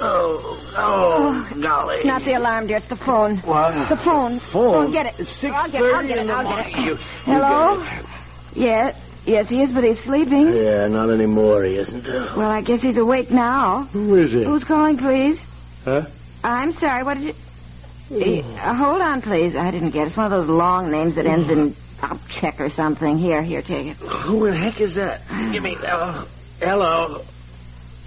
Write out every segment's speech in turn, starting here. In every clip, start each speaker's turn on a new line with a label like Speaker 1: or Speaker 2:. Speaker 1: Oh, oh, golly.
Speaker 2: Not the alarm, dear. It's the phone.
Speaker 1: What?
Speaker 2: The phone.
Speaker 1: Phone?
Speaker 2: Oh, get it.
Speaker 1: It's
Speaker 2: I'll get it. I'll
Speaker 1: 6:30
Speaker 2: get
Speaker 1: in
Speaker 2: it.
Speaker 1: the
Speaker 2: I'll get it.
Speaker 1: morning. You- you
Speaker 2: Hello?
Speaker 1: get it.
Speaker 2: Yes. Yes, he is, but he's sleeping.
Speaker 1: Yeah, not anymore, he isn't.
Speaker 2: Well, I guess he's awake now.
Speaker 1: Who is it?
Speaker 2: Who's calling, please?
Speaker 1: Huh?
Speaker 2: I'm sorry. What did you... Uh, hold on, please. I didn't get it. It's one of those long names that ends in Opchek or something. Here, here, take it.
Speaker 1: Who the heck is that? Give me. Oh, hello.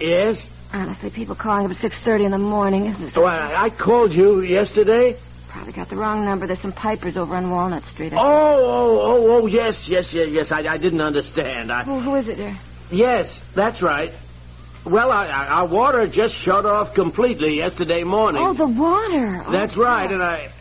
Speaker 1: Yes?
Speaker 2: Honestly, people calling up at 6.30 in the morning. This is
Speaker 1: Why, I called you yesterday.
Speaker 2: probably got the wrong number. There's some pipers over on Walnut Street.
Speaker 1: Oh, oh, oh, oh, yes, yes, yes, yes. I, I didn't understand. I,
Speaker 2: Who, who is it, dear?
Speaker 1: yes, that's right. Well, I, I, our water just shut off completely yesterday morning.
Speaker 2: Oh, the water. Oh,
Speaker 1: That's right, and I.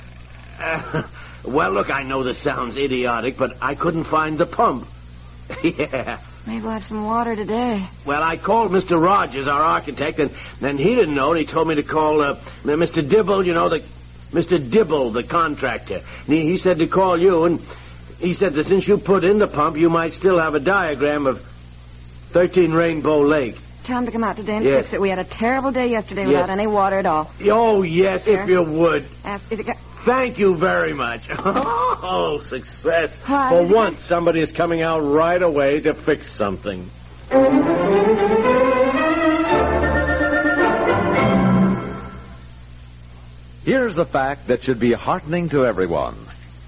Speaker 1: Uh, well, look, I know this sounds idiotic, but I couldn't find the pump. yeah.
Speaker 2: Maybe we'll have some water today.
Speaker 1: Well, I called Mr. Rogers, our architect, and then he didn't know, and he told me to call uh, Mr. Dibble, you know, the. Mr. Dibble, the contractor. And He, he said to call you, and he said that since you put in the pump, you might still have a diagram of 13 Rainbow Lake.
Speaker 2: Tell him to come out today and
Speaker 1: Yes.
Speaker 2: fix it. We had a terrible day yesterday
Speaker 1: Yes.
Speaker 2: without any water at all.
Speaker 1: Oh, yes, if
Speaker 2: Sure.
Speaker 1: you would.
Speaker 2: Ask, is it got,
Speaker 1: Thank you very much. Oh, success.
Speaker 2: Hi.
Speaker 1: For once, somebody is coming out right away to fix something.
Speaker 3: Here's a fact that should be heartening to everyone.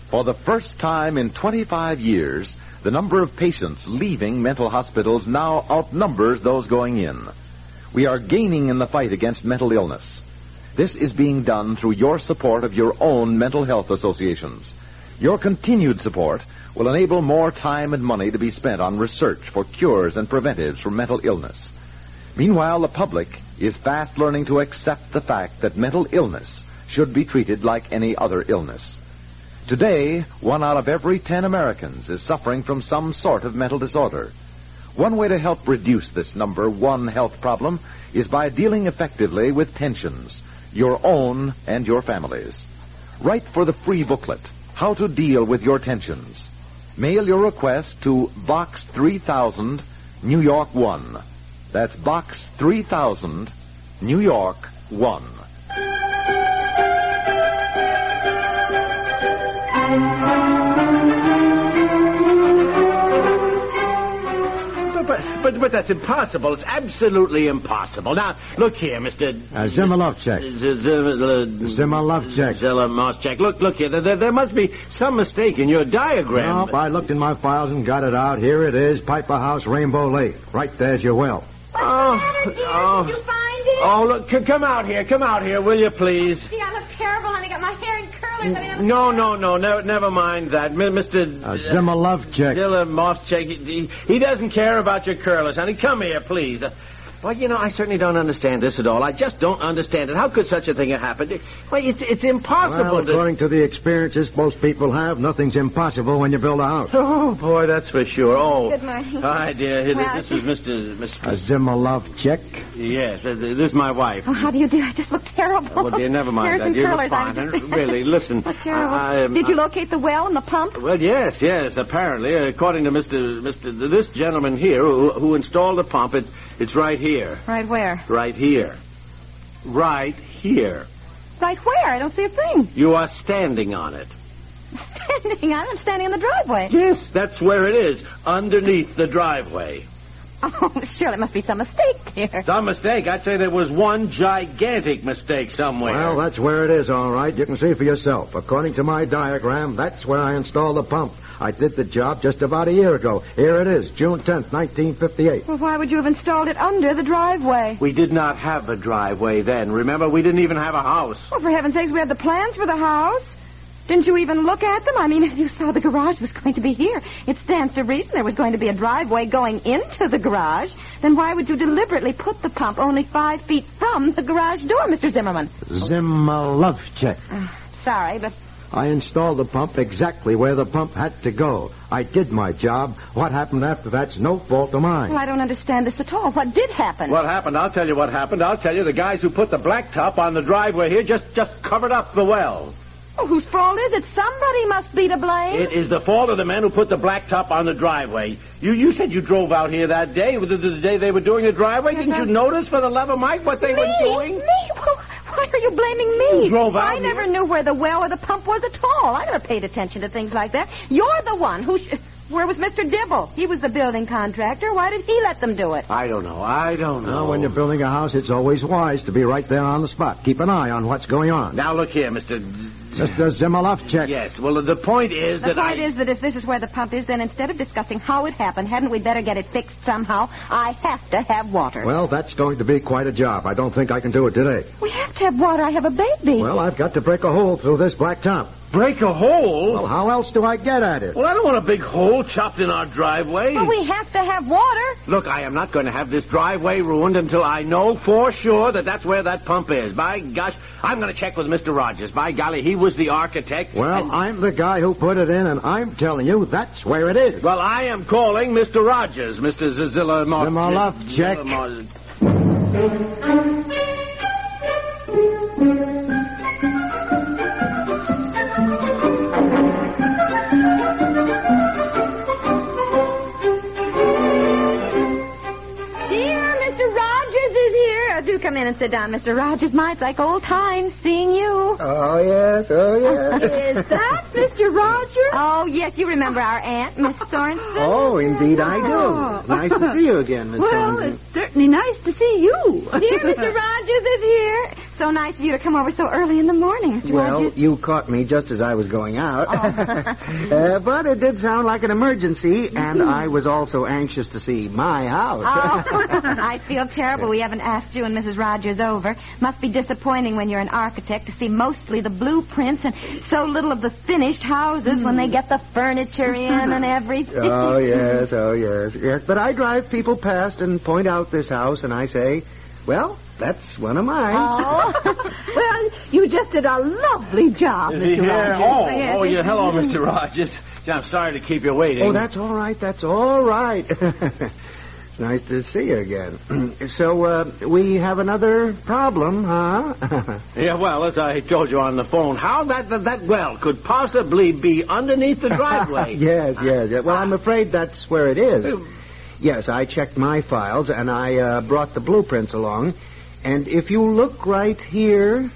Speaker 3: For the first time in 25 years, the number of patients leaving mental hospitals now outnumbers those going in. We are gaining in the fight against mental illness. This is being done through your support of your own mental health associations. Your continued support will enable more time and money to be spent on research for cures and preventives for mental illness. Meanwhile, the public is fast learning to accept the fact that mental illness should be treated like any other illness. Today, one out of every ten Americans is suffering from some sort of mental disorder. One way to help reduce this number one health problem is by dealing effectively with tensions, your own and your family's. Write for the free booklet, How to Deal with Your Tensions. Mail your request to Box 3000, New York 1. That's Box 3000, New York 1.
Speaker 1: But, but, but, but that's impossible. It's absolutely impossible. Now, look here, Mr.
Speaker 4: Uh, Zimilovchek. Zimilovchek.
Speaker 1: Zimilovchek. Look, look here. There- There, there must be some mistake in your diagram.
Speaker 4: Nope, I looked in my files and got it out. Here it is, Piper House, Rainbow Lake. Right there's your well.
Speaker 1: Oh, oh.
Speaker 5: Did you find it?
Speaker 1: Oh, look, c- come out here. Come out here, will you, please?
Speaker 5: Gee, I look terrible, and I got my hair in curlers. I mean, I'm...
Speaker 1: No, no, no. Never, never mind that. M- Mr.
Speaker 4: Uh, Zimilovchek.
Speaker 1: Dilla Mothcheck, he, he doesn't care about your curlers, honey. Come here, please. Well, you know, I certainly don't understand this at all. I just don't understand it. How could such a thing have happened? Well, it's, it's impossible
Speaker 4: Well,
Speaker 1: to...
Speaker 4: according to the experiences most people have, nothing's impossible when you build a house.
Speaker 1: Oh, boy, that's for sure. Oh.
Speaker 5: Good morning.
Speaker 1: Hi, dear. This-
Speaker 5: Well-
Speaker 1: This is Mr. Mr.
Speaker 4: A Zimmerloff
Speaker 1: Yes, uh, th- this is my wife.
Speaker 5: Oh, how do you do? I just look terrible.
Speaker 1: Oh, Well, dear, never mind
Speaker 5: Hairs
Speaker 1: that.
Speaker 5: and
Speaker 1: You look
Speaker 5: Oh, curlers,
Speaker 1: fine.
Speaker 5: I'm just-
Speaker 1: Really, listen,
Speaker 5: Look terrible.
Speaker 1: I- I am-
Speaker 5: Did you
Speaker 1: I-
Speaker 5: locate the well and the pump?
Speaker 1: Well, yes, yes. Apparently, according to Mister Mister this gentleman here who, who installed the pump, it's it's right here,
Speaker 2: Right where?
Speaker 1: right here, right here.
Speaker 5: Right where? I don't see a thing.
Speaker 1: You are standing on it.
Speaker 5: Standing on it. I'm standing in the driveway.
Speaker 1: Yes, that's where it is, underneath the driveway.
Speaker 5: Oh, surely it must be some mistake here.
Speaker 1: Some mistake. I'd say there was one gigantic mistake somewhere.
Speaker 4: Well, that's where it is, all right. You can see for yourself. According to my diagram, that's where I installed the pump. I did the job just about a year ago. Here it is, June 10th, 1958.
Speaker 2: Well, why would you have installed it under the driveway?
Speaker 1: we did not have a driveway then. Remember, we didn't even have a house.
Speaker 2: Well, for heaven's sakes, we had the plans for the house. Didn't you even look at them? I mean, you saw the garage was going to be here. It stands to reason there was going to be a driveway going into the garage. Then why would you deliberately put the pump only five feet from the garage door, Mr. Zimmerman?
Speaker 4: Zimmerlovchek.
Speaker 2: Sorry, but
Speaker 4: I installed the pump exactly where the pump had to go. I did my job. What happened after that's no fault of
Speaker 2: well,
Speaker 4: mine.
Speaker 2: I don't understand this at all. What did happen?
Speaker 1: What happened? I'll tell you what happened. I'll tell you the guys who put the blacktop on the driveway here just just covered up the well.
Speaker 2: Oh, whose fault is it? Somebody must be to blame.
Speaker 1: It is the fault of the men who put the blacktop on the driveway. You you said you drove out here that day, the, the day they were doing the driveway. Didn't you notice, for the love of Mike, what they
Speaker 2: me?
Speaker 1: were doing?
Speaker 2: Me? Well, why are you blaming me?
Speaker 1: You drove out
Speaker 2: I
Speaker 1: here.
Speaker 2: never knew where the well or the pump was at all. I never paid attention to things like that. You're the one who. Sh- where was Mr. Dibble? He was the building contractor. Why did he let them do it?
Speaker 1: I don't know. I don't know.
Speaker 4: Now, when you're building a house, it's always wise to be right there on the spot. Keep an eye on what's going on.
Speaker 1: Now look here, Mister.
Speaker 4: Mr. Zimmerlovchek.
Speaker 1: Yes. Well, the point is
Speaker 2: The
Speaker 1: that
Speaker 2: point
Speaker 1: I.
Speaker 2: is that if this is where the pump is, then instead of discussing how it happened, hadn't we better get it fixed somehow? I have to have water.
Speaker 4: Well, that's going to be quite a job. I don't think I can do it today.
Speaker 2: we have to have water. I have a baby.
Speaker 4: Well, I've got to break a hole through this black top.
Speaker 1: break a hole.
Speaker 4: Well, how else do I get at it?
Speaker 1: Well, I don't want a big hole chopped in our driveway.
Speaker 2: But we have to have water.
Speaker 1: Look, I am not going to have this driveway ruined until I know for sure that that's where that pump is. By gosh, I'm going to check with Mr. Rogers. By golly, he was the architect.
Speaker 4: Well, I'm the guy who put it in, and I'm telling you that's where it is.
Speaker 1: Well, I am calling Mr. Rogers, Mr. Zazilla Mar-
Speaker 4: Zimmerloff, check.
Speaker 1: Zillamar-
Speaker 2: Dear Mr. Rogers is here. Uh, do come in and sit down, Mr. Rogers. My, it's like old times seeing you.
Speaker 4: Oh, yes, oh,
Speaker 2: Is that Mr. Rogers? Oh, yes, you remember our aunt, Miss Sorensen.
Speaker 4: Oh, indeed I
Speaker 2: Oh.
Speaker 4: do. Nice to see you again, Miss Sorensen.
Speaker 2: certainly nice to see you. Dear Mr. Rogers is here. So nice of you to come over so early in the morning, Mr.
Speaker 6: Well,
Speaker 2: Rogers.
Speaker 6: you caught me just as I was going out. uh, but it did sound like an emergency, and I was also anxious to see my house.
Speaker 2: Oh, I feel terrible we haven't asked you and Mrs. Rogers over. Must be disappointing when you're an architect to see mostly the blueprints and so little of the finished houses when they get the furniture in and everything.
Speaker 6: oh, yes, oh, yes, yes. But I drive people past and point out this house, and I say, well, that's one of mine.
Speaker 2: well, you just did a lovely job,
Speaker 1: Is he here? Oh,
Speaker 2: Ah, Yes,
Speaker 1: oh,
Speaker 2: yes.
Speaker 1: yeah. Hello, Mr. Rogers. Gee, I'm sorry to keep you waiting.
Speaker 6: Oh, that's all right. That's all right. it's nice to see you again. so uh, we have another problem, huh?
Speaker 1: Yeah, well, as I told you on the phone, how that that, that well could possibly be underneath the driveway.
Speaker 6: yes, yes, yes. Well, I'm afraid that's where it is. Yes, I checked my files and I uh, brought the blueprints along. And if you look right here,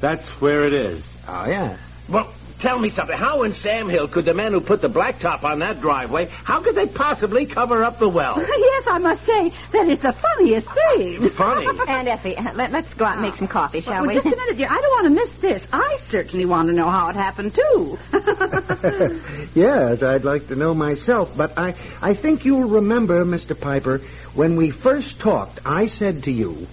Speaker 1: That's where it is.
Speaker 6: oh yeah.
Speaker 1: Well, tell me something. How in Sam Hill could the men who put the blacktop on that driveway, how could they possibly cover up the well?
Speaker 2: yes, I must say that it's the funniest thing.
Speaker 1: Funny.
Speaker 2: And Effie, uh, let, let's go out and make some coffee, shall
Speaker 7: Well,
Speaker 2: we?
Speaker 7: just a minute, dear. I don't want to miss this. I certainly want to know how it happened, too.
Speaker 6: yes, I'd like to know myself, but I I think you'll remember, Mr. Piper, when we first talked, I said to you,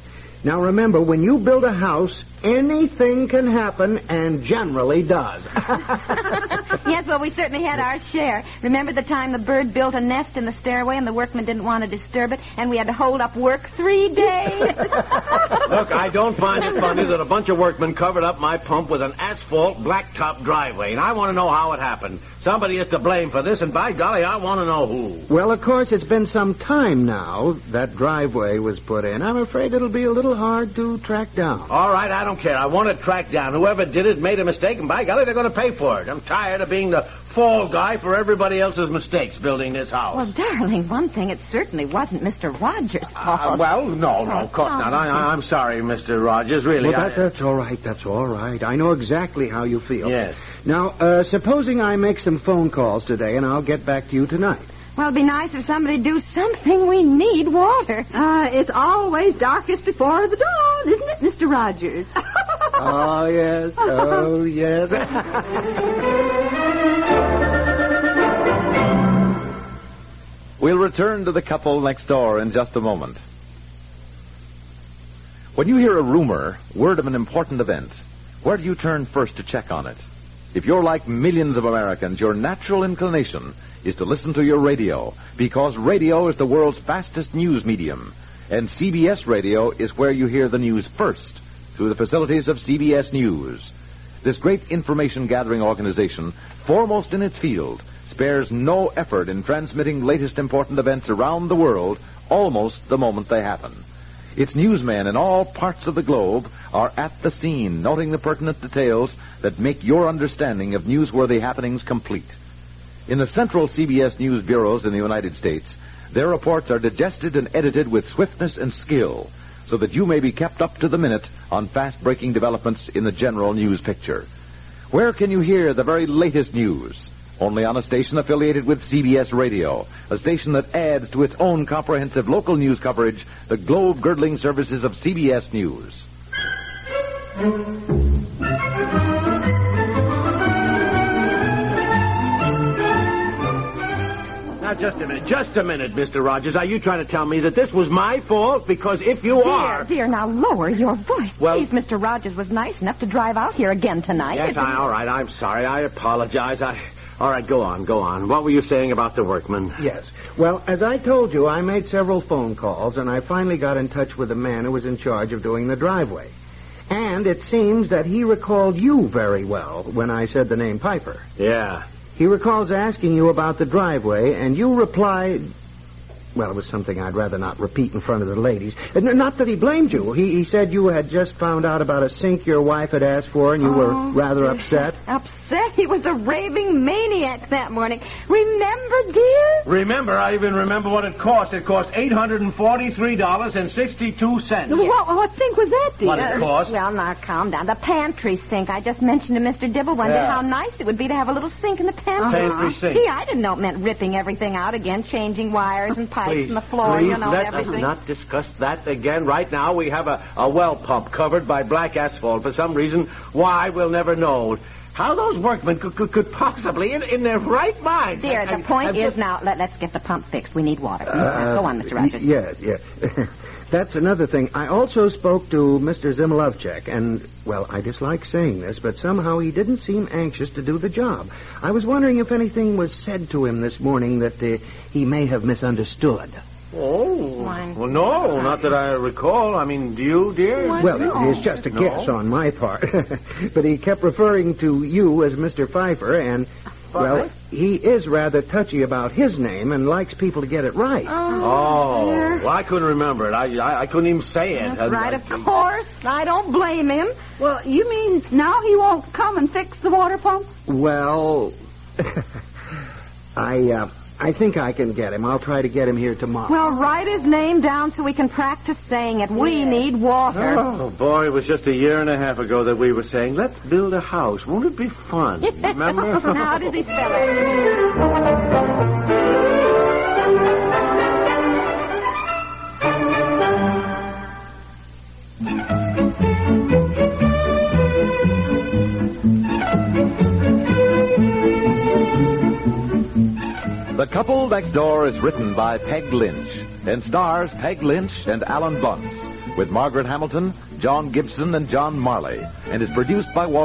Speaker 6: now remember, when you build a house, anything can happen and generally does.
Speaker 5: yes, well, we certainly had our share. Remember the time the bird built a nest in the stairway and the workmen didn't want to disturb it, and we had to hold up work three days?
Speaker 1: Look, I don't find it funny that a bunch of workmen covered up my pump with an asphalt blacktop driveway, and I want to know how it happened. Somebody is to blame for this, and by golly, I want to know who.
Speaker 6: Well, of course, it's been some time now that driveway was put in. I'm afraid it'll be a little hard to track down.
Speaker 1: All right, I don't care. I want it tracked down. Whoever did it made a mistake, and by golly, they're going to pay for it. I'm tired of being the fall guy for everybody else's mistakes building this house.
Speaker 2: Well, darling, one thing, it certainly wasn't Mr. Rogers' fault.
Speaker 1: Uh, well, no, no, of course not. I, I, I'm sorry, Mr. Rogers. Really,
Speaker 6: Well,
Speaker 1: I-
Speaker 6: that, that's all right. That's all right. I know exactly how you feel.
Speaker 1: Yes.
Speaker 6: Now, uh, supposing I make some phone calls today, and I'll get back to you tonight.
Speaker 2: Well, it'd be nice if somebody do something. We need water.
Speaker 7: Uh, it's always darkest before the dawn, isn't it, Mr. Rogers?
Speaker 6: oh yes. Oh yes.
Speaker 3: We'll return to the couple next door in just a moment. When you hear a rumor, word of an important event, where do you turn first to check on it? If you're like millions of Americans, your natural inclination is to listen to your radio because radio is the world's fastest news medium, and CBS radio is where you hear the news first through the facilities of CBS News. This great information gathering organization, foremost in its field, spares no effort in transmitting latest important events around the world almost the moment they happen. Its newsmen in all parts of the globe are at the scene, noting the pertinent details that make your understanding of newsworthy happenings complete. In the central CBS News bureaus in the United States, their reports are digested and edited with swiftness and skill so that you may be kept up to the minute on fast breaking developments in the general news picture. Where can you hear the very latest news? Only on a station affiliated with CBS Radio, a station that adds to its own comprehensive local news coverage the globe girdling services of CBS News.
Speaker 1: Now, just a minute. Just a minute, Mr. Rogers. Are you trying to tell me that this was my fault? Because if you
Speaker 2: Dear,
Speaker 1: are.
Speaker 2: dear, now lower your voice.
Speaker 1: Well-
Speaker 2: Please, Mr. Rogers was nice enough to drive out here again tonight.
Speaker 1: Yes, I, all right. I'm sorry. I apologize. I. All right, go on, go on. What were you saying about the workmen?
Speaker 6: Yes. Well, as I told you, I made several phone calls, and I finally got in touch with the man who was in charge of doing the driveway. And it seems that he recalled you very well when I said the name Piper.
Speaker 1: Yeah.
Speaker 6: He recalls asking you about the driveway, and you replied. Well, it was something I'd rather not repeat in front of the ladies. And n- Not that he blamed you. He, he said you had just found out about a sink your wife had asked for, and you were
Speaker 2: Oh.
Speaker 6: rather upset.
Speaker 2: Upset? He was a raving maniac that morning. Remember, dear?
Speaker 1: Remember, I even remember what it cost. It cost $843.62.
Speaker 2: What, what sink was that, dear?
Speaker 1: What it cost?
Speaker 2: Well, now, calm down. The pantry sink. I just mentioned to Mr. Dibble one day
Speaker 1: Yeah.
Speaker 2: how
Speaker 1: Uh-huh.
Speaker 2: nice it would be to have a little sink in the pantry.
Speaker 1: Pantry sink.
Speaker 2: Gee, I didn't know it meant ripping everything out again, changing wires and pipes
Speaker 1: Please,
Speaker 2: and the floor,
Speaker 1: please
Speaker 2: you know,
Speaker 1: let
Speaker 2: and everything.
Speaker 1: us not discuss that again. Right now, we have a, a well pump covered by black asphalt for some reason. Why, we'll never know. How those workmen could, could, could possibly, in, in their right mind.
Speaker 2: Dear,
Speaker 1: I-
Speaker 2: the point
Speaker 1: I- I'm
Speaker 2: is
Speaker 1: just-
Speaker 2: now, let, let's get the pump fixed. We need water. Go on, Mr.
Speaker 6: Uh,
Speaker 2: Rogers.
Speaker 6: y- Yes, yes. That's another thing. I also spoke to Mr. Zimilovchek, and, well, I dislike saying this, but somehow he didn't seem anxious to do the job. I was wondering if anything was said to him this morning that uh, he may have misunderstood.
Speaker 1: Oh.
Speaker 2: Why?
Speaker 1: Well, no, not that I recall. I mean, do you, dear?
Speaker 6: well, it is just a guess on my part. but he kept referring to you as Mr. Pfeiffer, and, well, he is rather touchy about his name and likes people to get it right.
Speaker 1: Oh, well, I couldn't remember it. I, I, I couldn't even say it. I-
Speaker 2: right,
Speaker 1: I-
Speaker 2: of course. I don't blame him.
Speaker 7: well, you mean now he won't come and fix the water pump?
Speaker 6: Well, I uh, I think I can get him. I'll try to get him here tomorrow.
Speaker 2: Well, write his name down so we can practice saying it. We need water.
Speaker 1: Oh, boy, it was just a year and a half ago that we were saying, let's build a house. Won't it be fun? Remember?
Speaker 2: Now, how does he spell it?
Speaker 3: The Couple Next Door is written by Peg Lynch and stars Peg Lynch and Alan Bunce with Margaret Hamilton, John Gibson, and John Marley, and is produced by Walt.